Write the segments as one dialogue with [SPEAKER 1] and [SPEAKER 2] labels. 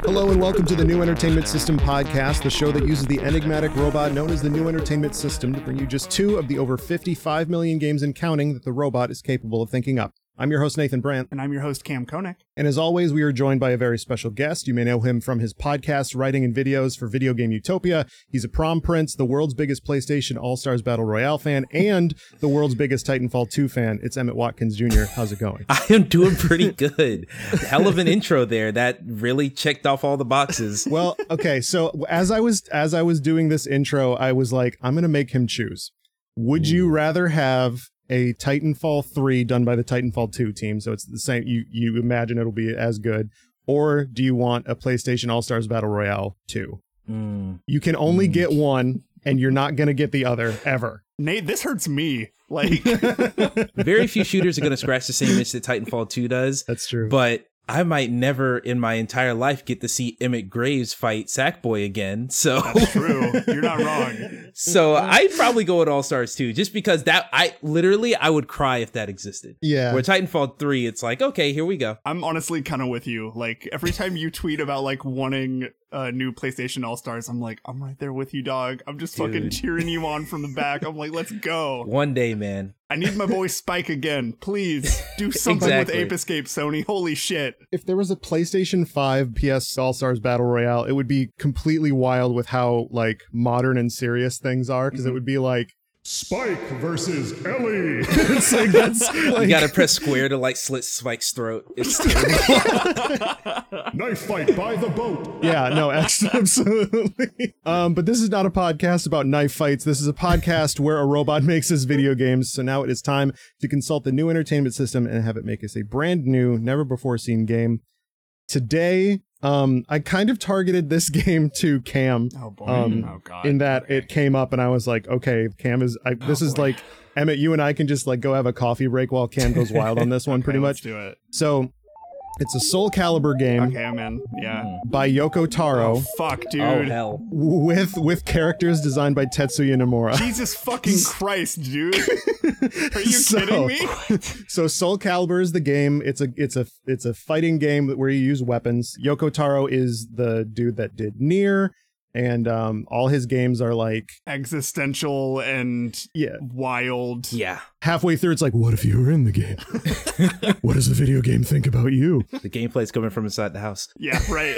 [SPEAKER 1] Hello and welcome to the New Entertainment System podcast, the show that uses the enigmatic robot known as the New Entertainment System to bring you just two of the over 55 million games and counting that the robot is capable of thinking up. I'm your host, Nathan Brandt.
[SPEAKER 2] And I'm your host, Cam Koenig.
[SPEAKER 1] And as always, we are joined by a very special guest. You may know him from his podcast, writing and videos for Video Game Utopia. He's a prom prince, the world's biggest PlayStation All Stars Battle Royale fan, and the world's biggest Titanfall 2 fan. It's Emmett Watkins Jr. How's it going?
[SPEAKER 3] I am doing pretty good. Hell of an intro there. That really checked off all the boxes.
[SPEAKER 1] well, okay. So as I was as I was doing this intro, I was like, I'm gonna make him choose. Would you rather have a Titanfall 3 done by the Titanfall 2 team. So it's the same you you imagine it'll be as good or do you want a PlayStation All-Stars Battle Royale 2?
[SPEAKER 3] Mm.
[SPEAKER 1] You can only
[SPEAKER 3] Mm.
[SPEAKER 1] get one and you're not going to get the other ever.
[SPEAKER 2] Nate, this hurts me. Like,
[SPEAKER 3] Very few shooters are going to scratch the same itch that Titanfall 2 does,
[SPEAKER 1] That's true.
[SPEAKER 3] but I might never in my entire life get to see Emmett Graves fight Sackboy again. So.
[SPEAKER 2] that's true. You're not wrong.
[SPEAKER 3] So I'd probably go with All Stars 2 just because that I literally I would cry if that existed.
[SPEAKER 1] yeah.
[SPEAKER 3] Where Titanfall 3 it's like, okay, here we go.
[SPEAKER 2] I'm honestly kind of with you. Like, every time you tweet about like wanting a new PlayStation All Stars, I'm like, I'm right there with you, dog. I'm just fucking
[SPEAKER 3] Dude.
[SPEAKER 2] cheering you on from the back. I'm like, let's go.
[SPEAKER 3] One day, man.
[SPEAKER 2] I need my boy Spike again. Please do something
[SPEAKER 3] Exactly.
[SPEAKER 2] with Ape Escape, Sony. Holy shit.
[SPEAKER 1] if there was a PlayStation 5 PS All Stars Battle Royale, it would be completely wild with how like modern and serious things are because it would be like
[SPEAKER 4] Spike versus Ellie.
[SPEAKER 1] it's like that's like
[SPEAKER 3] You gotta press square to like slit Spike's throat. It's terrible.
[SPEAKER 4] Knife fight by the boat.
[SPEAKER 1] yeah, no, abs- absolutely. Um, but this is not a podcast about knife fights. This is a podcast where a robot makes us video games. So now it is time to consult the new entertainment system and have it make us a brand new, never before seen game. Today, um, I kind of targeted this game to Cam
[SPEAKER 2] Oh, boy.
[SPEAKER 1] Um,
[SPEAKER 2] oh, God.
[SPEAKER 1] in that it came up and I was like, okay, Cam is I, this is
[SPEAKER 2] Oh, boy.
[SPEAKER 1] like Emmett, you and I can just like go have a coffee break while Cam goes wild on this one, pretty
[SPEAKER 2] Okay,
[SPEAKER 1] much.
[SPEAKER 2] Let's do it.
[SPEAKER 1] So it's a Soul Calibur game
[SPEAKER 2] Okay, I'm in. Yeah.
[SPEAKER 1] by Yoko Taro
[SPEAKER 2] Oh, fuck, dude.
[SPEAKER 3] Oh hell.
[SPEAKER 1] with with characters designed by Tetsuya Nomura.
[SPEAKER 2] Jesus fucking Christ, dude. Are you
[SPEAKER 1] So-
[SPEAKER 2] kidding me?
[SPEAKER 1] So Soul Calibur is the game. It's a it's a it's a fighting game where you use weapons. Yoko Taro is the dude that did Nier, and um, all his games are like
[SPEAKER 2] Existential and
[SPEAKER 1] yeah.
[SPEAKER 2] wild.
[SPEAKER 3] Yeah.
[SPEAKER 1] Halfway through, it's like, what if you were in the game? what does the video game think about you?
[SPEAKER 3] The gameplay's coming from inside the house.
[SPEAKER 2] Yeah, right.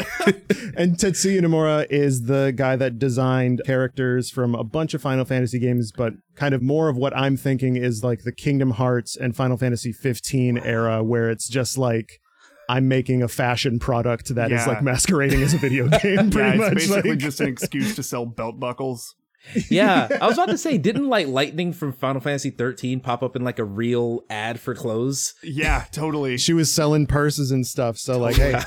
[SPEAKER 1] And Tetsuya Nomura is the guy that designed characters from a bunch of Final Fantasy games, but kind of more of what I'm thinking is like the Kingdom Hearts and Final Fantasy 15 era, where it's just like I'm making a fashion product that is
[SPEAKER 2] Yeah.
[SPEAKER 1] like masquerading as a video game,
[SPEAKER 2] yeah,
[SPEAKER 1] pretty
[SPEAKER 2] it's
[SPEAKER 1] much.
[SPEAKER 2] basically
[SPEAKER 1] like-
[SPEAKER 2] just an excuse to sell belt buckles.
[SPEAKER 3] Yeah. I was about to say, didn't like lightning from Final Fantasy 13 pop up in like a real ad for clothes?
[SPEAKER 2] Yeah, totally.
[SPEAKER 1] she was selling purses and stuff. So like, hey,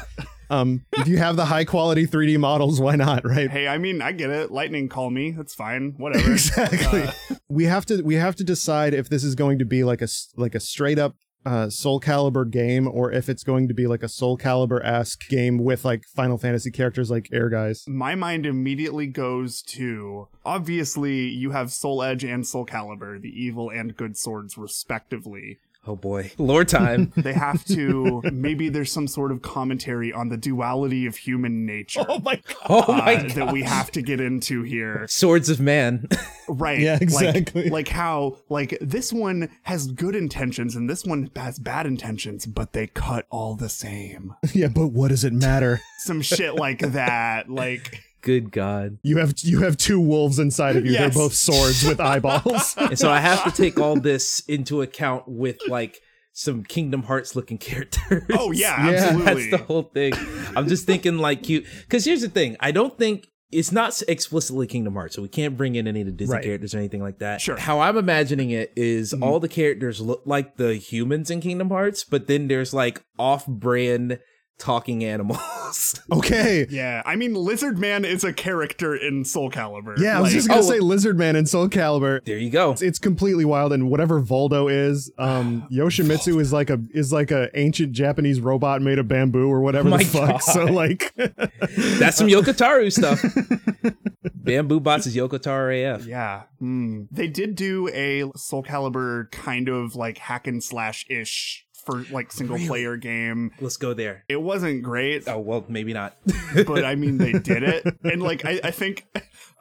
[SPEAKER 1] um, if you have the high quality 3D models, why not, right?
[SPEAKER 2] Hey, I mean, I get it. Lightning, call me. That's fine. Whatever.
[SPEAKER 1] exactly. Uh, we have to we have to decide if this is going to be like a s- like a straight up uh, Soul Calibur game or if it's going to be like a Soul Calibur esque game with like Final Fantasy characters like Air Guys.
[SPEAKER 2] My mind immediately goes to obviously you have Soul Edge and Soul Calibur, the evil and good swords, respectively.
[SPEAKER 3] Oh boy. Lore time.
[SPEAKER 2] They have to maybe there's some sort of commentary on the duality of human nature.
[SPEAKER 1] my
[SPEAKER 3] Oh
[SPEAKER 2] uh,
[SPEAKER 3] my god.
[SPEAKER 2] that we have to get into here.
[SPEAKER 3] Swords of Man.
[SPEAKER 2] Right.
[SPEAKER 1] Yeah,
[SPEAKER 2] like-
[SPEAKER 1] exactly.
[SPEAKER 2] Like, how, like, this one has good intentions and this one has bad intentions, but they cut all the same.
[SPEAKER 1] yeah, but what does it matter?
[SPEAKER 2] Some shit like that. Like,
[SPEAKER 3] Good God.
[SPEAKER 1] You have you have two wolves inside of you.
[SPEAKER 2] Yes.
[SPEAKER 1] They're both swords with eyeballs.
[SPEAKER 3] And so I have to take all this into account with like some Kingdom Hearts looking characters.
[SPEAKER 2] oh, yeah,
[SPEAKER 1] Yeah.
[SPEAKER 2] absolutely.
[SPEAKER 3] That's the whole thing. I'm just thinking like you because here's the thing. I don't think it's not explicitly Kingdom Hearts, so we can't bring in any of the Disney
[SPEAKER 1] Right.
[SPEAKER 3] characters or anything like that.
[SPEAKER 2] Sure.
[SPEAKER 3] How I'm imagining it is all the characters look like the humans in Kingdom Hearts, but then there's like off-brand talking animals.
[SPEAKER 1] Okay.
[SPEAKER 2] Yeah, I mean, Lizard Man is a character in Soul Calibur.
[SPEAKER 1] Yeah, I was
[SPEAKER 2] Like,
[SPEAKER 1] just gonna
[SPEAKER 3] oh.
[SPEAKER 1] say Lizard Man and Soul Calibur.
[SPEAKER 3] there you go.
[SPEAKER 1] It's, it's completely wild, and whatever Voldo is, um, Yoshimitsu is like a is like a ancient Japanese robot made of bamboo or whatever
[SPEAKER 3] My
[SPEAKER 1] the fuck.
[SPEAKER 3] God.
[SPEAKER 1] So like,
[SPEAKER 3] That's some Yokotaru stuff. Bamboo Bots is Yokotaru AF.
[SPEAKER 2] Yeah. Mm. They did do a Soul Calibur kind of like hack and slash ish for like single player game.
[SPEAKER 3] Let's go there.
[SPEAKER 2] It wasn't great,
[SPEAKER 3] Oh well, maybe not.
[SPEAKER 2] but I mean, they did it. And like, I, I think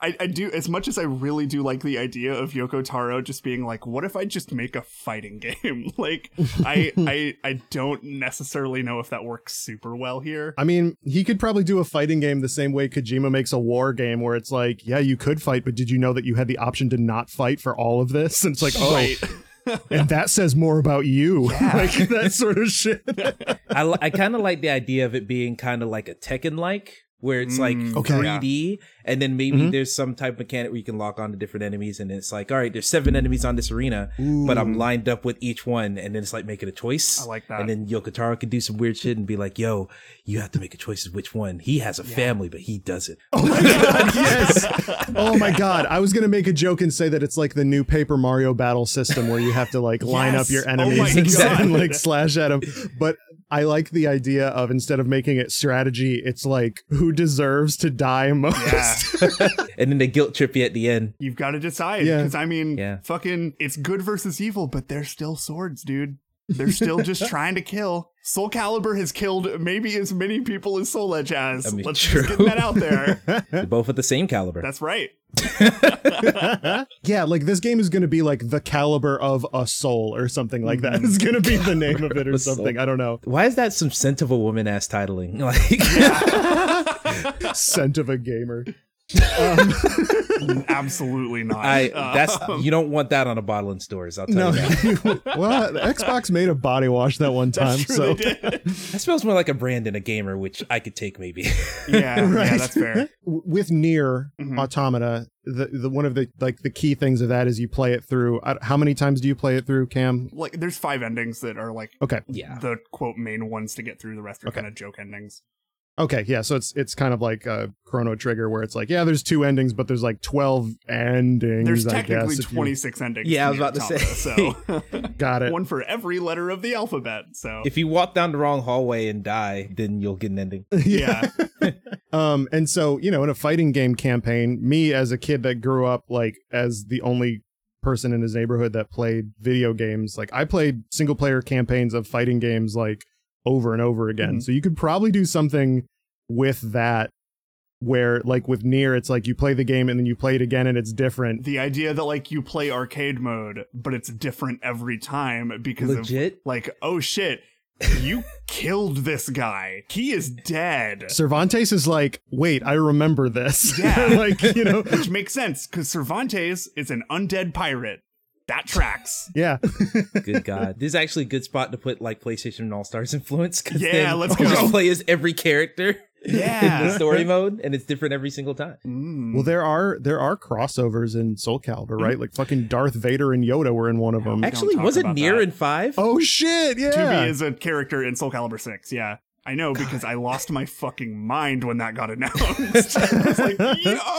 [SPEAKER 2] I, I do, as much as I really do like the idea of Yoko Taro just being like, what if I just make a fighting game? like, I, I, I don't necessarily know if that works super well here.
[SPEAKER 1] I mean, he could probably do a fighting game the same way Kojima makes a war game, where it's like, yeah, you could fight, but did you know that you had the option to not fight for all of this? And it's like, oh,
[SPEAKER 2] Right.
[SPEAKER 1] and that says more about you, like that sort of shit.
[SPEAKER 3] I li- I kind of like the idea of it being kind of like a Tekken like. Where it's
[SPEAKER 2] Mm,
[SPEAKER 3] like
[SPEAKER 1] okay. Mm-hmm.
[SPEAKER 3] 3D, and then maybe there's some type of mechanic where you can lock on to different enemies, and it's like, all right, there's seven enemies on this arena, but I'm lined up with each one, and then it's like making a choice.
[SPEAKER 2] I like that.
[SPEAKER 3] And then Yokotaro could do some weird shit and be like, yo, you have to make a choice of which one. He has a family, but he doesn't.
[SPEAKER 1] Oh. yes. Oh my god, I was gonna make a joke and say that it's like the new Paper Mario battle system where you have to like line
[SPEAKER 2] Yes.
[SPEAKER 1] up your
[SPEAKER 2] Oh my
[SPEAKER 1] enemies and,
[SPEAKER 3] God.
[SPEAKER 1] and, like slash at them. But I like the idea of instead of making it strategy, it's like who deserves to die most.
[SPEAKER 2] Yeah.
[SPEAKER 3] And then they guilt trip you at the end.
[SPEAKER 2] You've got to decide.
[SPEAKER 1] Yeah.
[SPEAKER 2] Because I mean,
[SPEAKER 3] Yeah.
[SPEAKER 2] fucking, it's good versus evil, but they're still swords, dude. They're still just trying to kill. Soul Calibur has killed maybe as many people as Soul Edge has.
[SPEAKER 3] I mean,
[SPEAKER 2] Let's
[SPEAKER 3] true.
[SPEAKER 2] just get that out there.
[SPEAKER 3] They're both at the same caliber.
[SPEAKER 2] That's right.
[SPEAKER 1] Yeah, like this game is going to be like the caliber of a soul or something like that. It's going to be the name of it or
[SPEAKER 3] a soul.
[SPEAKER 1] something. I don't know.
[SPEAKER 3] Why is that some scent of a woman ass titling? Like,
[SPEAKER 1] Scent of a gamer.
[SPEAKER 2] Absolutely not.
[SPEAKER 3] I
[SPEAKER 2] Uh,
[SPEAKER 3] that's you don't want that on a bottle in stores. I'll tell
[SPEAKER 1] No,
[SPEAKER 3] you that.
[SPEAKER 1] well, Xbox made a body wash that one time,
[SPEAKER 2] true,
[SPEAKER 1] so
[SPEAKER 2] they did.
[SPEAKER 3] That smells more like a brand than a gamer, which I could take maybe.
[SPEAKER 2] yeah, yeah,
[SPEAKER 1] Right.
[SPEAKER 2] that's fair.
[SPEAKER 1] w- with near
[SPEAKER 2] Mhm.
[SPEAKER 1] automata the, the one of the like the key things of that is you play it through I, how many times do you play it through cam
[SPEAKER 2] Like, there's five endings that are like
[SPEAKER 1] okay
[SPEAKER 3] yeah.
[SPEAKER 2] the quote main ones to get through. The rest are
[SPEAKER 1] Okay.
[SPEAKER 2] kind of joke endings.
[SPEAKER 1] okay yeah so it's it's kind of like uh chrono trigger where it's like yeah there's two endings but there's like 12 endings
[SPEAKER 2] There's
[SPEAKER 1] I
[SPEAKER 2] technically
[SPEAKER 1] guess, if you-
[SPEAKER 2] 26 endings.
[SPEAKER 3] Yeah, I was
[SPEAKER 2] Nier
[SPEAKER 3] about to say.
[SPEAKER 2] Automata,
[SPEAKER 1] got
[SPEAKER 2] So
[SPEAKER 1] it
[SPEAKER 2] one for every letter of the alphabet. So
[SPEAKER 3] If you walk down the wrong hallway and die, then you'll get an ending.
[SPEAKER 2] yeah.
[SPEAKER 1] um and so you know in a fighting game campaign me as a kid that grew up like as the only person in his neighborhood that played video games like i played single player campaigns of fighting games like over and over again
[SPEAKER 2] Mhm.
[SPEAKER 1] so you could probably do something with that where like with near it's like you play the game and then you play it again and it's different
[SPEAKER 2] the idea that like you play arcade mode but it's different every time because of
[SPEAKER 3] Legit.
[SPEAKER 2] like oh shit you killed this guy he is dead
[SPEAKER 1] cervantes is like wait i remember this
[SPEAKER 2] Yeah.
[SPEAKER 1] like you know
[SPEAKER 2] which makes sense because cervantes is an undead pirate that tracks
[SPEAKER 1] yeah
[SPEAKER 3] Good God. This is actually a good spot to put like PlayStation and All Stars influence. 'cause
[SPEAKER 2] Yeah,
[SPEAKER 3] then
[SPEAKER 2] let's
[SPEAKER 3] you
[SPEAKER 2] go.
[SPEAKER 3] Just play as every character in the
[SPEAKER 2] yeah
[SPEAKER 3] story mode, and it's different every single time.
[SPEAKER 2] Mm.
[SPEAKER 1] Well, there are there are crossovers in Soul Calibur,
[SPEAKER 3] Mm.
[SPEAKER 1] right? Like fucking Darth Vader and Yoda were in one of them.
[SPEAKER 2] don't
[SPEAKER 3] Actually,
[SPEAKER 2] talk
[SPEAKER 3] was it
[SPEAKER 2] about
[SPEAKER 3] near
[SPEAKER 2] that.
[SPEAKER 3] in five?
[SPEAKER 1] Oh shit!
[SPEAKER 2] Tubi
[SPEAKER 1] Yeah,
[SPEAKER 2] is a character in Soul Calibur 6. Yeah. I know because I lost my fucking mind when that got announced. I was like,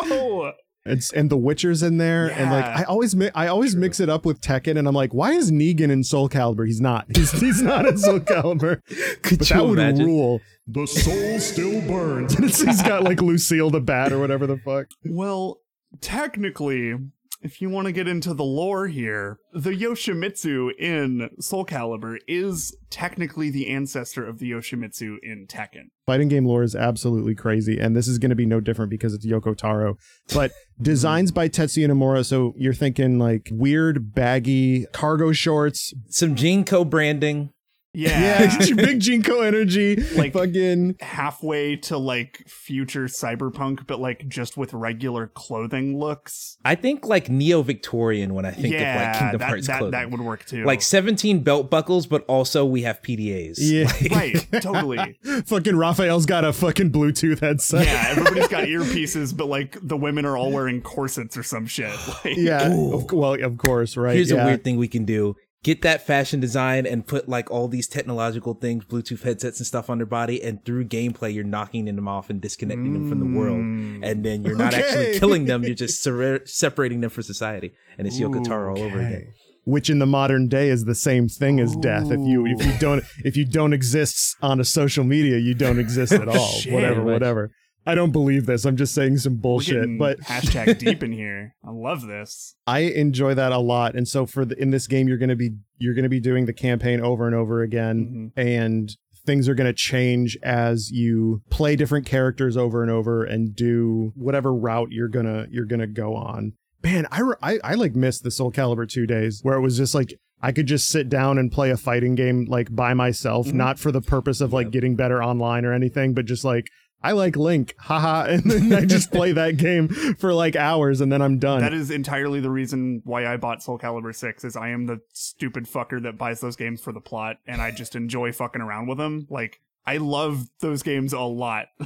[SPEAKER 2] yo!
[SPEAKER 1] and and the Witcher's in there, and like
[SPEAKER 2] Yeah.
[SPEAKER 1] I always mi- I always mix it up with Tekken, and I'm like, why is Negan in Soul Calibur? He's not. He's he's not in Soul Calibur.
[SPEAKER 3] Could
[SPEAKER 1] But
[SPEAKER 3] you
[SPEAKER 1] that would
[SPEAKER 3] imagine?
[SPEAKER 1] rule.
[SPEAKER 4] The soul still burns.
[SPEAKER 1] It's- he's got like Lucille the Bat or whatever the fuck.
[SPEAKER 2] Well, technically, if you want to get into the lore here, the Yoshimitsu in Soul Calibur is technically the ancestor of the Yoshimitsu in Tekken.
[SPEAKER 1] Fighting game lore is absolutely crazy, and this is going to be no different because it's Yoko Taro. But
[SPEAKER 3] Mm-hmm.
[SPEAKER 1] designs by Tetsuya Nomura, so you're thinking like weird, baggy cargo shorts,
[SPEAKER 3] Some Gene co branding.
[SPEAKER 2] Yeah.
[SPEAKER 1] Yeah, big Jinko energy. Like
[SPEAKER 2] Like-
[SPEAKER 1] fucking
[SPEAKER 2] Halfway to like future cyberpunk, but like just with regular clothing looks.
[SPEAKER 3] I think like neo Victorian when I think
[SPEAKER 2] yeah,
[SPEAKER 3] of like Kingdom
[SPEAKER 2] that,
[SPEAKER 3] Hearts
[SPEAKER 2] that,
[SPEAKER 3] clothing.
[SPEAKER 2] that would work too.
[SPEAKER 3] like 17 belt buckles, but also we have PDAs.
[SPEAKER 1] yeah.
[SPEAKER 2] right, totally.
[SPEAKER 1] fucking Raphael's got a fucking Bluetooth headset.
[SPEAKER 2] Yeah, everybody's got earpieces, but like the women are all wearing corsets or some shit. Like,
[SPEAKER 1] Yeah. of- well, of course, right.
[SPEAKER 3] Here's
[SPEAKER 1] yeah.
[SPEAKER 3] a weird thing we can do get that fashion design and put like all these technological things, Bluetooth headsets and stuff on their body, and through gameplay you're knocking them off and disconnecting them from the world, and then you're not
[SPEAKER 1] Mm. Okay.
[SPEAKER 3] actually killing them, you're just ser- separating them from society, and it's Yoko Taro all over again.
[SPEAKER 1] which in the modern day is the same thing as death. If you if you don't if you don't exist on a social media, you don't exist at all. whatever,
[SPEAKER 3] Pretty much.
[SPEAKER 1] whatever. I don't believe this. I'm just saying some
[SPEAKER 2] We're
[SPEAKER 1] bullshit.
[SPEAKER 2] getting
[SPEAKER 1] But
[SPEAKER 2] hashtag deep in here. I love this.
[SPEAKER 1] I enjoy that a lot. And so for the, in this game, you're gonna be you're gonna be doing the campaign over and over again, and things are gonna change as you play different characters over and over and do whatever route you're gonna you're gonna go on. Man, I re- I, I like missed the Soul Calibur two days where it was just like. I could just sit down and play a fighting game like by myself, not for the purpose of like getting better online or anything, but just like I like Link, haha, and then I just play that game for like hours and then I'm done.
[SPEAKER 2] That is entirely the reason why I bought Soul Calibur 6 is I am the stupid fucker that buys those games for the plot and I just enjoy fucking around with them. Like I love those games a lot.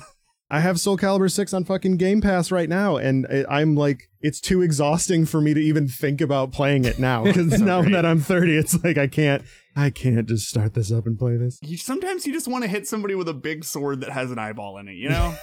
[SPEAKER 1] I have Soul Calibur 6 on fucking Game Pass right now, and I, I'm like, it's too exhausting for me to even think about playing it now. Because now that I'm 30, it's like I can't, I can't just start this up and play this.
[SPEAKER 2] You sometimes you just want to hit somebody with a big sword that has an eyeball in it, you know?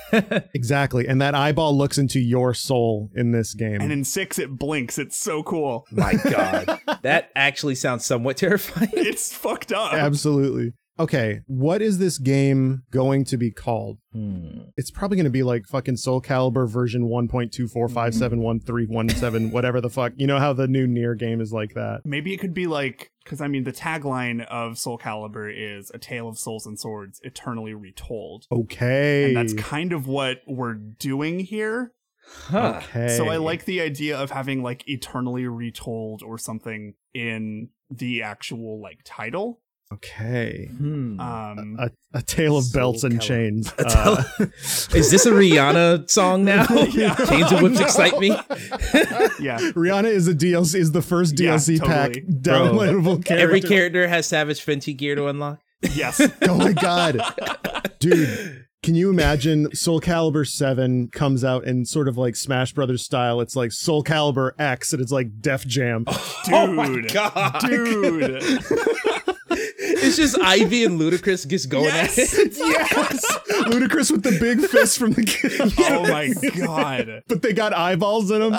[SPEAKER 1] Exactly, and that eyeball looks into your soul in this game.
[SPEAKER 2] and in 6 it blinks. It's so cool.
[SPEAKER 3] My God, that actually sounds somewhat terrifying.
[SPEAKER 2] It's fucked up.
[SPEAKER 1] Absolutely. Okay, what is this game going to be called?
[SPEAKER 3] Hmm.
[SPEAKER 1] It's probably going to be like fucking Soul Calibur version
[SPEAKER 2] Mm-hmm.
[SPEAKER 1] 1.245713117, whatever the fuck. You know how the new Near game is like that.
[SPEAKER 2] Maybe it could be like because I mean the tagline of Soul Calibur is a tale of souls and swords eternally retold,
[SPEAKER 1] Okay.
[SPEAKER 2] and that's kind of what we're doing here.
[SPEAKER 3] Huh.
[SPEAKER 1] okay.
[SPEAKER 2] So I like the idea of having like eternally retold or something in the actual like title.
[SPEAKER 1] Okay.
[SPEAKER 3] Hmm.
[SPEAKER 2] Um,
[SPEAKER 1] a, a tale of
[SPEAKER 3] Soul
[SPEAKER 1] belts and
[SPEAKER 3] Calibur.
[SPEAKER 1] chains. Uh,
[SPEAKER 3] A tell- Is this a Rihanna song now?
[SPEAKER 2] Yeah.
[SPEAKER 3] Chains and whips excite me.
[SPEAKER 2] yeah,
[SPEAKER 1] Rihanna is a DLC is the first
[SPEAKER 2] Yeah,
[SPEAKER 1] DLC pack
[SPEAKER 2] totally.
[SPEAKER 1] downloadable character.
[SPEAKER 3] Every character has Savage Fenty gear to unlock.
[SPEAKER 2] yes,
[SPEAKER 1] oh my god, dude! Can you imagine Soul Calibur Seven comes out in sort of like Smash Brothers style? It's like Soul Calibur X, and it's like Def Jam.
[SPEAKER 2] dude,
[SPEAKER 3] God.
[SPEAKER 2] dude,
[SPEAKER 3] It's just Ivy and Ludacris just going
[SPEAKER 2] yes,
[SPEAKER 3] at it.
[SPEAKER 2] yes.
[SPEAKER 1] Ludacris with the big fist from the kid,
[SPEAKER 2] Oh my god!
[SPEAKER 1] but they got eyeballs in them.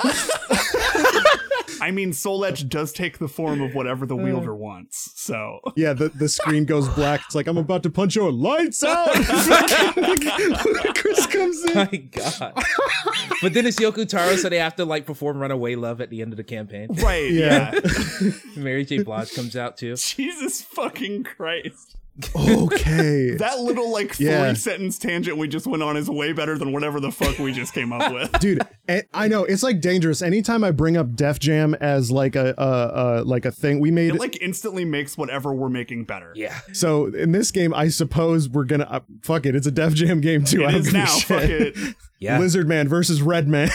[SPEAKER 2] I mean, Soul Edge does take the form of whatever the wielder wants. So
[SPEAKER 1] Yeah, the, the screen goes black. It's like I'm about to punch your lights out. Ludacris comes in.
[SPEAKER 3] My God. But then it's Yoko Taro, so they have to like perform Runaway Love at the end of the campaign.
[SPEAKER 2] right,
[SPEAKER 1] Yeah.
[SPEAKER 2] yeah.
[SPEAKER 3] Mary J. Blige comes out too.
[SPEAKER 2] Jesus fucking Christ.
[SPEAKER 1] Okay.
[SPEAKER 2] That little like three
[SPEAKER 1] Yeah.
[SPEAKER 2] sentence tangent we just went on is way better than whatever the fuck we just came up with.
[SPEAKER 1] Dude, and I know it's like dangerous. Anytime I bring up Def Jam as like a uh, uh like a thing we made,
[SPEAKER 2] It like instantly makes whatever we're making better.
[SPEAKER 3] Yeah.
[SPEAKER 1] so in this game, I suppose we're gonna uh, fuck it. It's a Def Jam game too. I
[SPEAKER 2] It
[SPEAKER 1] don't
[SPEAKER 2] is
[SPEAKER 1] give a
[SPEAKER 2] now.
[SPEAKER 1] shit.
[SPEAKER 2] Fuck it.
[SPEAKER 3] Yeah.
[SPEAKER 1] Lizard Man versus Red Man.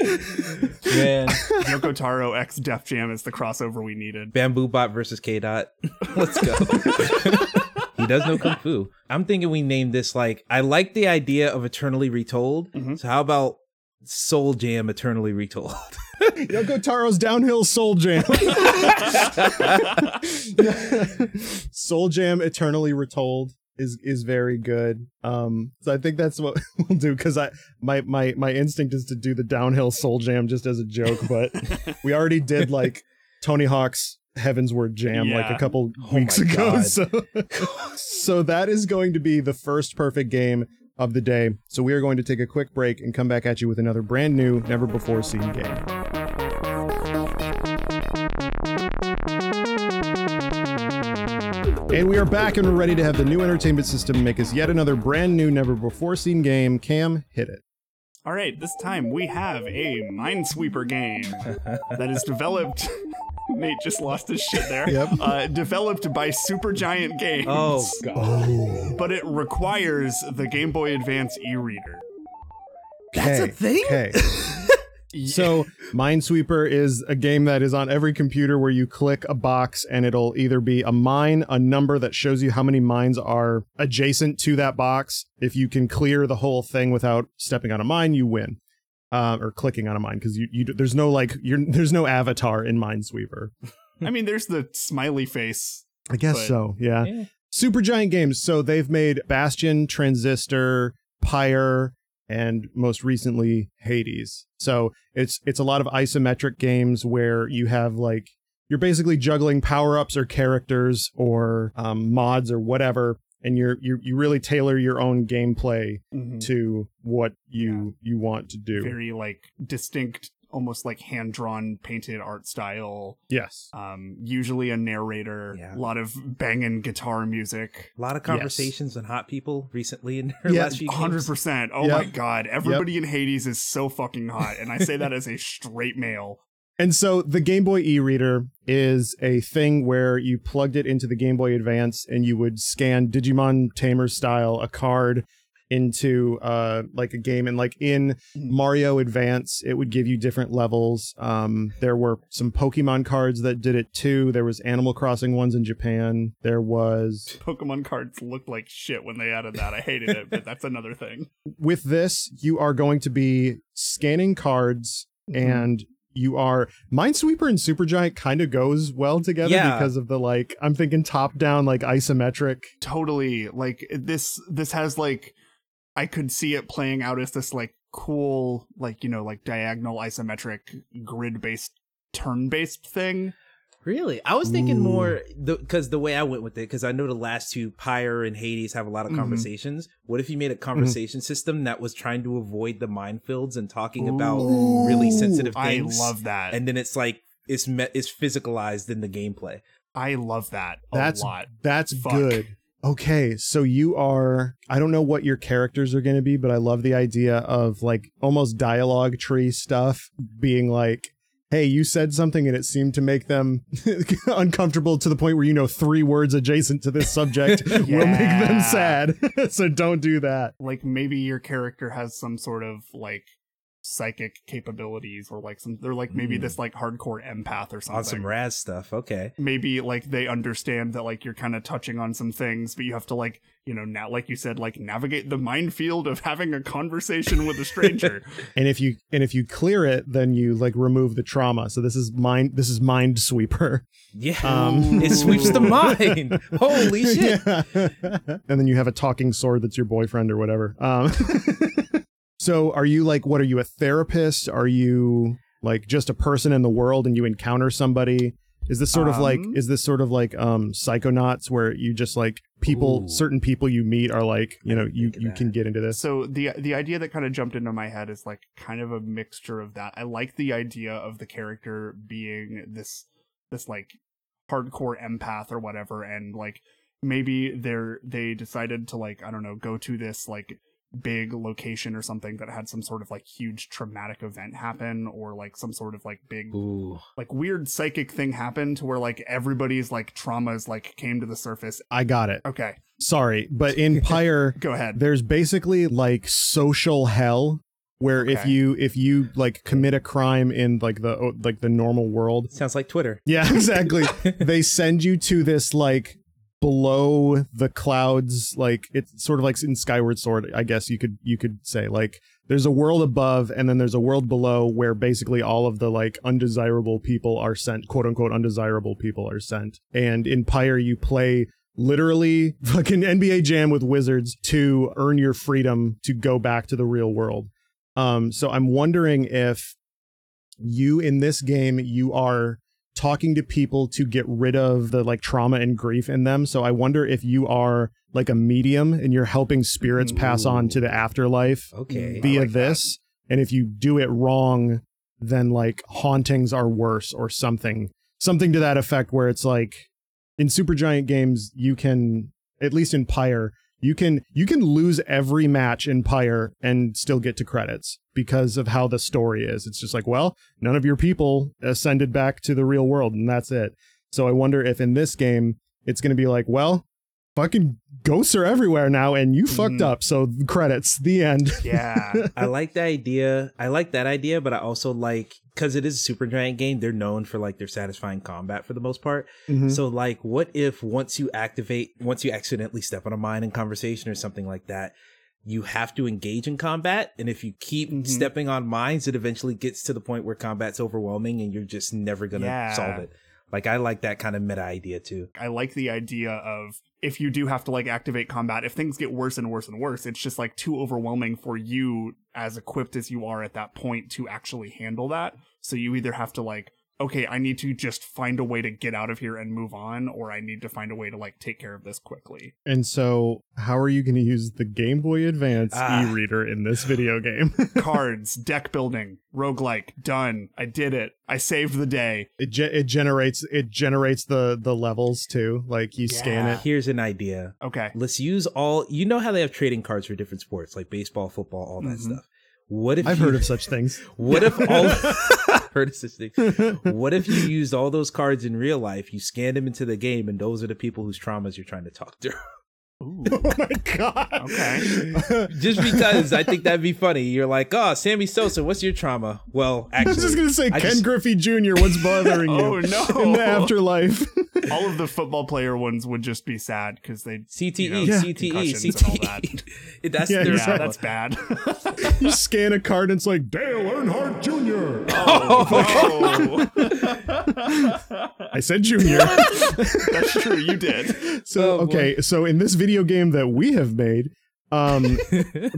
[SPEAKER 3] Man.
[SPEAKER 2] Yoko Taro X Def Jam is the crossover we needed.
[SPEAKER 3] Bamboo Bot versus K Dot. Let's go. he does know kung fu. I'm thinking we name this like I like the idea of eternally retold. So how about Soul Jam Eternally Retold?
[SPEAKER 1] Yoko Taro's downhill Soul Jam. Soul Jam eternally retold is is very good. Um, so I think that's what we'll do because I my my my instinct is to do the downhill Soul Jam just as a joke, but we already did like Tony Hawk's Heaven's Word Jam like a
[SPEAKER 2] Yeah.
[SPEAKER 1] couple
[SPEAKER 3] Oh
[SPEAKER 1] weeks
[SPEAKER 3] my
[SPEAKER 1] ago.
[SPEAKER 3] God.
[SPEAKER 1] So so that is going to be the first perfect game of the day. So we are going to take a quick break and come back at you with another brand new, never before seen game. And we are back and we're ready to have the new entertainment system make us yet another brand new, never before seen game. Cam, hit it.
[SPEAKER 2] All right, this time we have a Minesweeper game that is developed. Nate just lost his shit there.
[SPEAKER 1] Yep.
[SPEAKER 2] Uh, developed by Supergiant Games.
[SPEAKER 3] oh god.
[SPEAKER 2] But it requires the Game Boy Advance e reader.
[SPEAKER 3] That's a thing?
[SPEAKER 1] Okay. so, Minesweeper is a game that is on every computer where you click a box and it'll either be a mine, a number that shows you how many mines are adjacent to that box. If you can clear the whole thing without stepping on a mine, you win. um, or clicking on a mine because you, you there's no like you're there's no avatar in Minesweeper.
[SPEAKER 2] I mean, there's the smiley face.
[SPEAKER 1] I guess
[SPEAKER 2] But-
[SPEAKER 1] so. Yeah.
[SPEAKER 3] Yeah.
[SPEAKER 1] Super Giant Games. So they've made Bastion, Transistor, Pyre, and most recently Hades. So it's it's a lot of isometric games where you have like you're basically juggling power ups or characters or um, mods or whatever, and you're you you really tailor your own gameplay
[SPEAKER 2] Mhm.
[SPEAKER 1] to what you you want to do.
[SPEAKER 2] Very like distinct, almost like hand drawn, painted art style.
[SPEAKER 1] yes.
[SPEAKER 2] Um, usually a narrator. A
[SPEAKER 3] Yeah.
[SPEAKER 2] lot of banging guitar music.
[SPEAKER 3] A lot of
[SPEAKER 1] Yes.
[SPEAKER 3] conversations on hot people recently in her
[SPEAKER 1] Yeah,
[SPEAKER 3] last few
[SPEAKER 2] Hundred
[SPEAKER 3] games.
[SPEAKER 2] percent. Oh
[SPEAKER 1] Yep.
[SPEAKER 2] my god, everybody in Hades is so fucking hot, and I say that as a straight male.
[SPEAKER 1] And so the Game Boy e-reader is a thing where you plugged it into the Game Boy Advance and you would scan Digimon Tamer style a card into uh like a game and like in Mario Advance it would give you different levels. Um there were some Pokemon cards that did it too. There was Animal Crossing ones in Japan. There was
[SPEAKER 2] Pokemon cards looked like shit when they added that. I hated it, but that's another thing.
[SPEAKER 1] with this, you are going to be scanning cards and you are Minesweeper and Supergiant kind of goes well together
[SPEAKER 3] Yeah.
[SPEAKER 1] because of the like I'm thinking top down like isometric.
[SPEAKER 2] totally like this this has like i could see it playing out as this like cool like you know like diagonal isometric grid based turn based thing
[SPEAKER 3] Really? I was thinking
[SPEAKER 1] Ooh.
[SPEAKER 2] Mm.
[SPEAKER 3] more because the, way I went with it, because I know the last two, Pyre and Hades, have a lot of
[SPEAKER 2] Mhm.
[SPEAKER 3] conversations. What if you
[SPEAKER 2] Mm-hmm.
[SPEAKER 3] made a conversation system that was trying to avoid the minefields and talking about
[SPEAKER 2] Ooh,
[SPEAKER 3] really sensitive
[SPEAKER 2] i
[SPEAKER 3] things?
[SPEAKER 2] love that and
[SPEAKER 3] And then it's like, it's, me- it's physicalized in the gameplay.
[SPEAKER 2] i love that a
[SPEAKER 1] That's
[SPEAKER 2] lot
[SPEAKER 1] That's
[SPEAKER 2] Fuck.
[SPEAKER 1] good. Okay, so you are I don't know what your characters are going to be, but I love the idea of like almost dialogue tree stuff being like Hey, you said something and it seemed to make them uncomfortable to the point where you know three words adjacent to this subject will make them
[SPEAKER 2] Yeah.
[SPEAKER 1] sad. so don't do that.
[SPEAKER 2] like maybe your character has some sort of like psychic capabilities or like some they're like maybe
[SPEAKER 3] Mm.
[SPEAKER 2] this like hardcore empath or something
[SPEAKER 3] on some Raz stuff. Okay.
[SPEAKER 2] maybe like they understand that like you're kind of touching on some things but you have to like you know now like you said like navigate the minefield of having a conversation with a stranger
[SPEAKER 1] and if you and if you clear it then you like remove the trauma so this is mind this is mind sweeper
[SPEAKER 3] Yeah.
[SPEAKER 1] Um,
[SPEAKER 3] it sweeps the mind. Holy shit.
[SPEAKER 1] Yeah. and then you have a talking sword that's your boyfriend or whatever um so are you like what are you a therapist are you like just a person in the world and you encounter somebody is this sort of like
[SPEAKER 2] Um.
[SPEAKER 1] is this sort of like um psychonauts where you just like people
[SPEAKER 3] Ooh.
[SPEAKER 1] certain people you meet are like you know you
[SPEAKER 3] think of
[SPEAKER 1] you
[SPEAKER 3] that.
[SPEAKER 1] can get into this
[SPEAKER 2] so the the idea that kind of jumped into my head is like kind of a mixture of that i like the idea of the character being this this like hardcore empath or whatever and like maybe they're they decided to like i don't know go to this like big location or something that had some sort of like huge traumatic event happen or like some sort of like big
[SPEAKER 3] Ooh.
[SPEAKER 2] like weird psychic thing happened to where like everybody's like traumas like came to the surface.
[SPEAKER 1] i got it
[SPEAKER 2] Okay,
[SPEAKER 1] sorry but in pyre
[SPEAKER 2] go ahead.
[SPEAKER 1] there's basically like social hell where if
[SPEAKER 2] Okay.
[SPEAKER 1] you if you like commit a crime in like the oh, like the normal world
[SPEAKER 3] Sounds like Twitter.
[SPEAKER 1] yeah exactly they send you to this like below the clouds like it's sort of like in skyward sword i guess you could you could say like there's a world above and then there's a world below where basically all of the like undesirable people are sent quote unquote undesirable people are sent and in pyre you play literally fucking nba jam with wizards to earn your freedom to go back to the real world um so i'm wondering if you in this game you are talking to people to get rid of the like trauma and grief in them so i wonder if you are like a medium and you're helping spirits pass on to the afterlife
[SPEAKER 2] Be-
[SPEAKER 3] Okay.
[SPEAKER 1] via
[SPEAKER 2] like that.
[SPEAKER 1] this and if you do it wrong then like hauntings are worse or something something to that effect where it's like in supergiant games you can at least in pyre you can you can lose every match in pyre and still get to credits because of how the story is it's just like well none of your people ascended back to the real world and that's it so i wonder if in this game it's going to be like well fucking ghosts are everywhere now and you fucked
[SPEAKER 2] Mhm.
[SPEAKER 1] up so credits the end
[SPEAKER 2] yeah,
[SPEAKER 3] I like the idea. I like that idea, but I also like because it is a super giant game. They're known for like their satisfying combat for the most part.
[SPEAKER 1] Mhm.
[SPEAKER 3] So like, what if once you activate, once you accidentally step on a mine in conversation or something like that, you have to engage in combat. And if you keep
[SPEAKER 1] Mm-hmm.
[SPEAKER 2] Mhm.
[SPEAKER 3] stepping on mines, it eventually gets to the point where combat's overwhelming and you're just never going to
[SPEAKER 2] Yeah.
[SPEAKER 3] solve it. Like, I like that kind of meta idea too.
[SPEAKER 2] I like the idea of if you do have to like activate combat, if things get worse and worse and worse, it's just like too overwhelming for you as equipped as you are at that point to actually handle that. So you either have to like, okay, I need to just find a way to get out of here and move on, or I need to find a way to like take care of this quickly.
[SPEAKER 1] And so, how are you going to use the Game Boy Advance
[SPEAKER 3] Ah.
[SPEAKER 1] e-reader in this video game?
[SPEAKER 2] Cards, deck building, roguelike, done. I did it. I saved the day.
[SPEAKER 1] it ge- it generates it generates the the levels too. Like you scan
[SPEAKER 2] Yeah.
[SPEAKER 1] it.
[SPEAKER 3] Here's an idea.
[SPEAKER 2] Okay.
[SPEAKER 3] Let's use all, you know how they have trading cards for different sports, like baseball, football, all that
[SPEAKER 2] Mhm.
[SPEAKER 3] stuff. What if
[SPEAKER 1] Mm-hmm. I've
[SPEAKER 3] you-
[SPEAKER 1] heard of such things.
[SPEAKER 3] What if all heard of such thing? What if you used all those cards in real life? You scanned them into the game, and those are the people whose traumas you're trying to talk through.
[SPEAKER 2] Ooh.
[SPEAKER 1] oh my god.
[SPEAKER 2] Okay.
[SPEAKER 3] Just because I think that'd be funny. You're like, oh, Sammy Sosa, what's your trauma? Well,
[SPEAKER 1] I
[SPEAKER 3] actually,
[SPEAKER 1] was just gonna say
[SPEAKER 3] I
[SPEAKER 1] Ken
[SPEAKER 3] just-
[SPEAKER 1] Griffey Jr. What's bothering you
[SPEAKER 2] Oh, no.
[SPEAKER 1] in the afterlife?
[SPEAKER 2] All of the football player ones would just be sad because they
[SPEAKER 3] CTE,
[SPEAKER 2] you know,
[SPEAKER 3] CTE,
[SPEAKER 2] concussions and all
[SPEAKER 3] CTE. E. that's
[SPEAKER 1] Yeah,
[SPEAKER 3] their
[SPEAKER 1] yeah,
[SPEAKER 2] Yeah,
[SPEAKER 3] trauma.
[SPEAKER 2] that's bad.
[SPEAKER 1] you scan a card and it's like,
[SPEAKER 4] Dale Earnhardt Jr.
[SPEAKER 2] Oh,
[SPEAKER 1] I said Junior.
[SPEAKER 2] that's true. You did.
[SPEAKER 1] so
[SPEAKER 3] Oh, boy.
[SPEAKER 1] okay, so in this video game that we have made, um,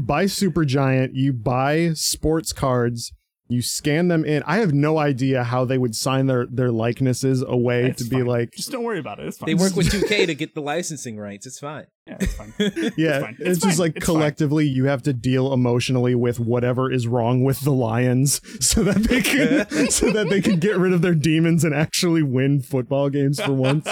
[SPEAKER 1] by Supergiant, you buy sports cards. You scan them in. I have no idea how they would sign their their likenesses away
[SPEAKER 2] It's
[SPEAKER 1] to be
[SPEAKER 2] fine.
[SPEAKER 1] like,
[SPEAKER 2] Just don't worry about it. It's fine.
[SPEAKER 3] They work with 2K to get the licensing rights. It's fine.
[SPEAKER 2] Yeah, it's fine.
[SPEAKER 1] yeah.
[SPEAKER 2] It's
[SPEAKER 1] It's,
[SPEAKER 2] fine. It's
[SPEAKER 1] just
[SPEAKER 2] fine.
[SPEAKER 1] like
[SPEAKER 2] It's fine.
[SPEAKER 1] collectively, you have to deal emotionally with whatever is wrong with the Lions, so that they can so that they can get rid of their demons and actually win football games for once.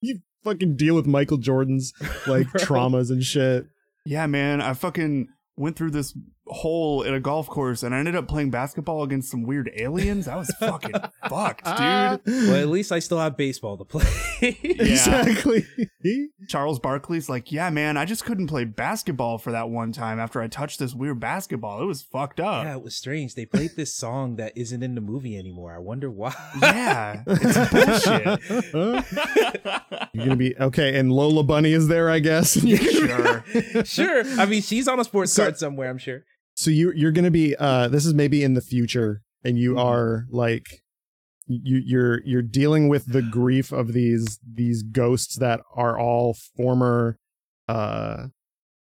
[SPEAKER 1] you fucking deal with Michael Jordan's like
[SPEAKER 3] Bro.
[SPEAKER 1] traumas and shit.
[SPEAKER 2] Yeah, man. I fucking went through this hole in a golf course, and I ended up playing basketball against some weird aliens. I was fucking fucked,
[SPEAKER 3] Ah.
[SPEAKER 2] dude.
[SPEAKER 3] Well, at least I still have baseball to play.
[SPEAKER 2] Yeah.
[SPEAKER 1] Exactly.
[SPEAKER 2] Charles Barkley's like, yeah, man. I just couldn't play basketball for that one time after I touched this weird basketball. It was fucked
[SPEAKER 3] yeah,
[SPEAKER 2] up.
[SPEAKER 3] it was strange. They played this song that isn't in the movie anymore. I wonder why.
[SPEAKER 2] Yeah, it's bullshit.
[SPEAKER 1] You're gonna be okay, and Lola Bunny is there, I guess.
[SPEAKER 2] Sure.
[SPEAKER 3] sure. I mean, she's on a sports
[SPEAKER 1] So-
[SPEAKER 3] card somewhere, I'm sure.
[SPEAKER 1] so you you're gonna be uh this is maybe in the future and you are like you you're you're dealing with the grief of these these ghosts that are all former uh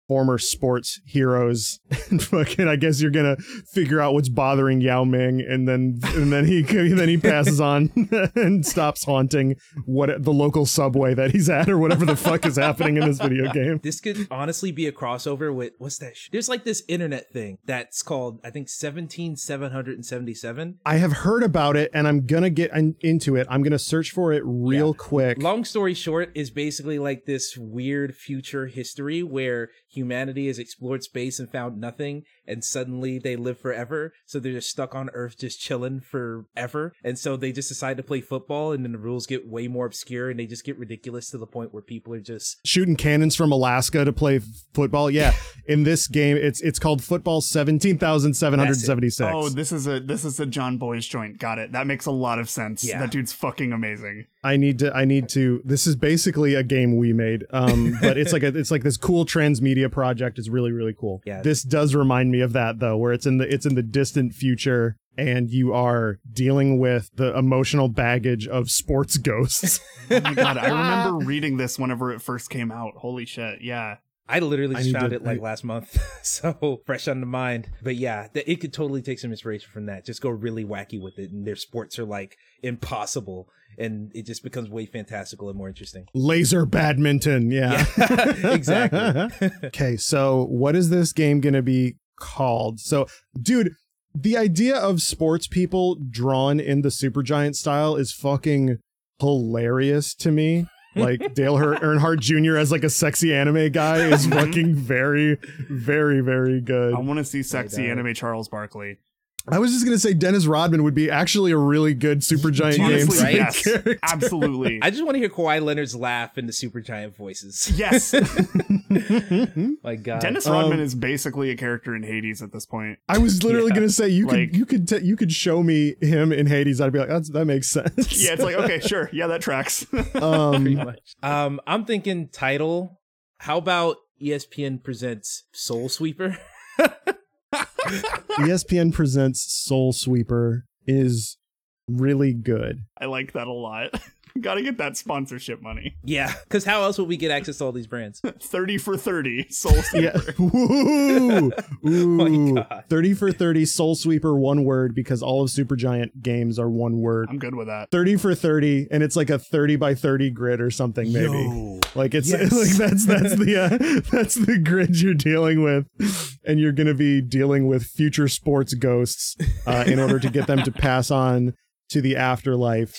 [SPEAKER 1] former sports heroes and fucking i guess you're gonna figure out what's bothering yao ming and then and then he then he passes on and stops haunting what the local subway that he's at or whatever the fuck is happening in this video game
[SPEAKER 3] This could honestly be a crossover with what's that? Sh- There's like this internet thing that's called, I think, 17777.
[SPEAKER 1] I have heard about it and I'm going to get in- into it. I'm going to search for it real quick.
[SPEAKER 3] Long story short, is basically like this weird future history where humanity has explored space and found nothing, and suddenly they live forever. So they're just stuck on Earth, just chilling forever. And so they just decide to play football, and then the rules get way more obscure and they just get ridiculous to the point where people are just
[SPEAKER 1] Shooting cannons from Alaska to play f- football. Yeah. in this game, it's it's called Football 17,776.
[SPEAKER 2] Oh, this is a this is a John Boy's joint. Got it. That makes a lot of sense.
[SPEAKER 3] Yeah.
[SPEAKER 2] That dude's fucking amazing.
[SPEAKER 1] I need to I need to this is basically a game we made. Um but it's like a, it's like this cool transmedia project is really really cool.
[SPEAKER 3] Yeah.
[SPEAKER 1] This does remind me of that though where it's in the it's in the distant future and you are dealing with the emotional baggage of sports ghosts.
[SPEAKER 2] Oh my god, I remember reading this whenever it first came out. Holy shit. Yeah.
[SPEAKER 3] I literally
[SPEAKER 1] I
[SPEAKER 3] just
[SPEAKER 1] need
[SPEAKER 3] found
[SPEAKER 1] to-
[SPEAKER 3] it like last month, so fresh on the mind. But yeah, th- it could totally take some inspiration from that. Just go really wacky with it, and their sports are like impossible, and it just becomes way fantastical and more interesting.
[SPEAKER 1] Laser badminton. yeah.
[SPEAKER 3] Yeah, exactly.
[SPEAKER 1] Okay, so what is this game going to be called? So, dude, the idea of sports people drawn in the Supergiant style is fucking hilarious to me. Like Dale Ear- Earnhardt Jr. as like a sexy anime guy is fucking very, very, very good.
[SPEAKER 2] Mm-hmm. I want to see sexy
[SPEAKER 3] Right on.
[SPEAKER 2] anime Charles Barkley.
[SPEAKER 1] I was just gonna say Dennis Rodman would be actually a really good Supergiant game.
[SPEAKER 2] Honestly,
[SPEAKER 3] Right?
[SPEAKER 1] side
[SPEAKER 2] yes.
[SPEAKER 1] character.
[SPEAKER 2] Absolutely.
[SPEAKER 3] I just want to hear Kawhi Leonard's laugh in the super giant voices.
[SPEAKER 2] yes.
[SPEAKER 1] Uh,
[SPEAKER 3] My God,
[SPEAKER 2] Dennis
[SPEAKER 1] um,
[SPEAKER 2] Rodman is basically a character in Hades at this point.
[SPEAKER 1] I was literally
[SPEAKER 2] Yeah,
[SPEAKER 1] gonna say you
[SPEAKER 2] like-
[SPEAKER 1] could you could t- you could show me him in Hades. I'd be like, That's, that makes sense.
[SPEAKER 2] Yeah, it's like, okay, sure. Yeah, that tracks.
[SPEAKER 1] um,
[SPEAKER 3] Um, I'm thinking title. How about ESPN presents Soul Sweeper.
[SPEAKER 1] ESPN presents Soul Sweeper is really good.
[SPEAKER 2] I like that a lot. Gotta get that sponsorship money.
[SPEAKER 3] yeah, because how else would we get access to all these brands?
[SPEAKER 2] 30 for 30, Soul Sweeper.
[SPEAKER 1] Yeah. Ooh. Ooh.
[SPEAKER 3] God.
[SPEAKER 1] 30 for 30 Soul Sweeper one word because all of Supergiant games are one word.
[SPEAKER 2] I'm good with that.
[SPEAKER 1] 30 for 30 and it's like a 30 by 30 grid or something maybe. Like it's
[SPEAKER 3] Yes.
[SPEAKER 1] like that's that's the uh, that's the grid you're dealing with, and you're gonna be dealing with future sports ghosts uh, in order to get them to pass on to the afterlife.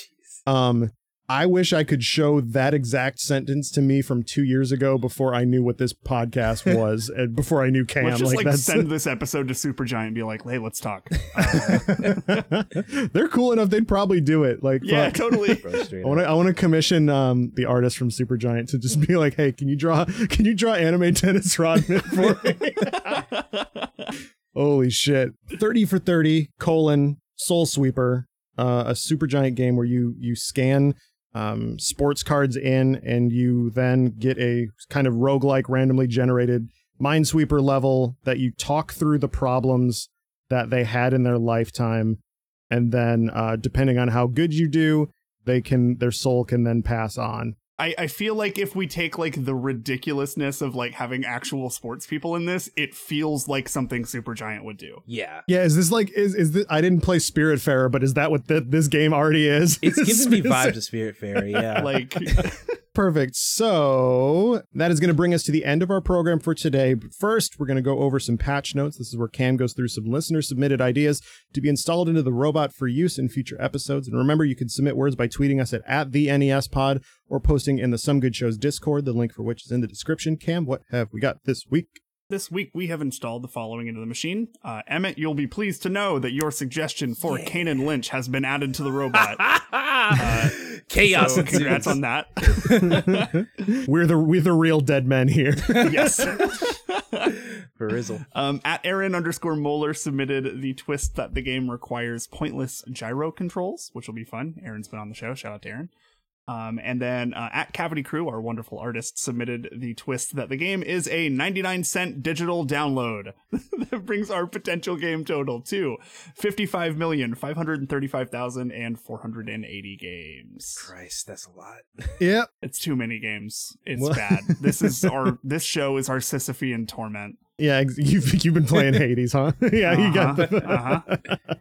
[SPEAKER 1] Um, I wish I could show that exact sentence to me from two years ago before I knew what this podcast was and before I knew Cam.
[SPEAKER 2] Let's just like,
[SPEAKER 1] that's
[SPEAKER 2] send this episode to Supergiant and be like, hey, let's talk.
[SPEAKER 1] they're cool enough; they'd probably do it. Like,
[SPEAKER 2] yeah,
[SPEAKER 1] fuck.
[SPEAKER 2] totally.
[SPEAKER 3] Bro, straight
[SPEAKER 1] I want
[SPEAKER 3] up.
[SPEAKER 1] to I want to commission um, the artist from Supergiant to just be like, "Hey, can you draw can you draw anime Dennis Rodman for me?" Holy shit. 30 for 30 colon Soul Sweeper, uh, a Supergiant game where you you scan um, sports cards in and you then get a kind of roguelike randomly generated minesweeper level that you talk through the problems that they had in their lifetime and then uh, depending on how good you do they can their soul can then pass on.
[SPEAKER 2] I, I feel like if we take like the ridiculousness of like having actual sports people in this, it feels like something Supergiant would do.
[SPEAKER 3] yeah.
[SPEAKER 1] Yeah, is this like is is this, I didn't play Spiritfarer, but is that what th- this game already is?
[SPEAKER 3] It's giving me vibes of Spirit Fairy. Yeah.
[SPEAKER 2] Like,
[SPEAKER 1] Perfect. So that is going to bring us to the end of our program for today. But first, we're going to go over some patch notes. This is where Cam goes through some listener submitted ideas to be installed into the robot for use in future episodes. And remember, you can submit words by tweeting us at, at the NES pod or posting in the Some Good Shows Discord, the link for which is in the description. Cam, what have we got this week?
[SPEAKER 2] This week we have installed the following into the machine. Uh, Emmett, you'll be pleased to know that your suggestion for Kanan Lynch has been added to the robot.
[SPEAKER 3] Chaos.
[SPEAKER 2] so
[SPEAKER 3] ensues.
[SPEAKER 2] congrats on that.
[SPEAKER 1] We're the we're the real dead men here.
[SPEAKER 2] yes.
[SPEAKER 3] Verizzle.
[SPEAKER 2] Um, at Aaron underscore Moeller submitted the twist that the game requires pointless gyro controls, which will be fun. Aaron's been on the show. Shout out to Aaron. Um, and then uh, at Cavity Crew, our wonderful artist, submitted the twist that the game is a 99 cent digital download. that brings our potential game total to 55,535,480 games.
[SPEAKER 3] Christ, that's a lot.
[SPEAKER 1] yep.
[SPEAKER 2] It's too many games. It's
[SPEAKER 1] Well-
[SPEAKER 2] bad. This is our this show is our Sisyphean torment.
[SPEAKER 1] Yeah, ex- you've you've been playing Hades, huh? yeah, you got
[SPEAKER 2] Uh-huh,
[SPEAKER 1] the
[SPEAKER 2] uh-huh.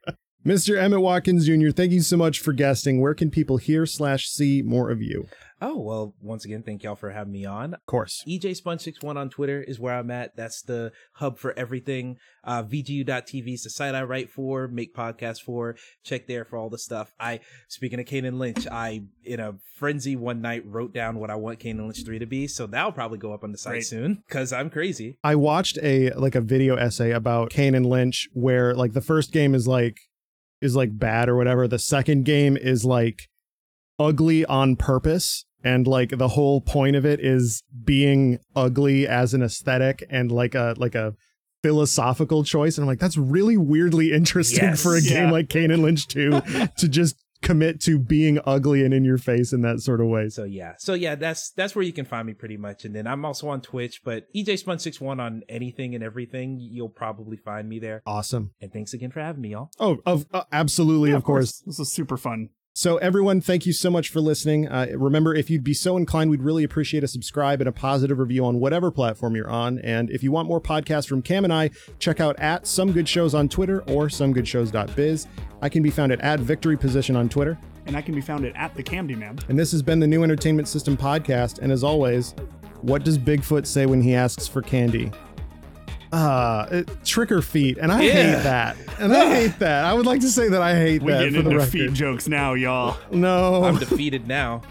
[SPEAKER 1] Mr. Emmett Watkins Jr. Thank you so much for guesting. Where can people hear slash see more of you?
[SPEAKER 3] Oh, well, once again, thank y'all for having me on. E
[SPEAKER 1] Of course.
[SPEAKER 3] EJ Sponge61 on Twitter is where I'm at. That's the hub for everything. Uh, VGU.TV is the site I write for, make podcasts for. Check there for all the stuff. I, speaking of Kanan Lynch, I, in a frenzy one night, wrote down what I want Kanan Lynch 3 to be. So that'll probably go up on the site
[SPEAKER 2] Great.
[SPEAKER 3] soon because I'm crazy.
[SPEAKER 1] I watched a like a video essay about Kane and Lynch where like the first game is like is like bad or whatever. The second game is like ugly on purpose. And like the whole point of it is being ugly as an aesthetic and like a like a philosophical choice. And I'm like, that's really weirdly interesting
[SPEAKER 3] Yes.
[SPEAKER 1] for a game
[SPEAKER 2] Yeah.
[SPEAKER 1] like Kane and Lynch 2 to just commit to being ugly and in your face in that sort of way.
[SPEAKER 3] So yeah, so yeah, that's that's where you can find me pretty much. And then I'm also on Twitch, but E EJ Spun61 on anything and everything, you'll probably find me there.
[SPEAKER 1] Awesome.
[SPEAKER 3] And thanks again for having me, y'all.
[SPEAKER 1] Oh, of uh, absolutely,
[SPEAKER 2] Yeah,
[SPEAKER 1] of course.
[SPEAKER 2] This is super fun.
[SPEAKER 1] So, everyone, thank you so much for listening. Uh, remember, if you'd be so inclined, we'd really appreciate a subscribe and a positive review on whatever platform you're on. And if you want more podcasts from Cam and I, check out at Some Good Shows on Twitter or SomeGoodShows.biz. I can be found at, at Victory Position on Twitter.
[SPEAKER 2] And I can be found at, at the Camdy Man.
[SPEAKER 1] And this has been the New Entertainment System podcast. And as always, what does Bigfoot say when he asks for candy? Ah, uh, trick or feet, and I
[SPEAKER 3] Yeah.
[SPEAKER 1] hate that. And I hate that. I would like to say that I hate
[SPEAKER 2] We
[SPEAKER 1] that
[SPEAKER 2] get
[SPEAKER 1] for the
[SPEAKER 2] into
[SPEAKER 1] record.
[SPEAKER 2] feet jokes now, y'all.
[SPEAKER 1] no,
[SPEAKER 3] I'm defeated now.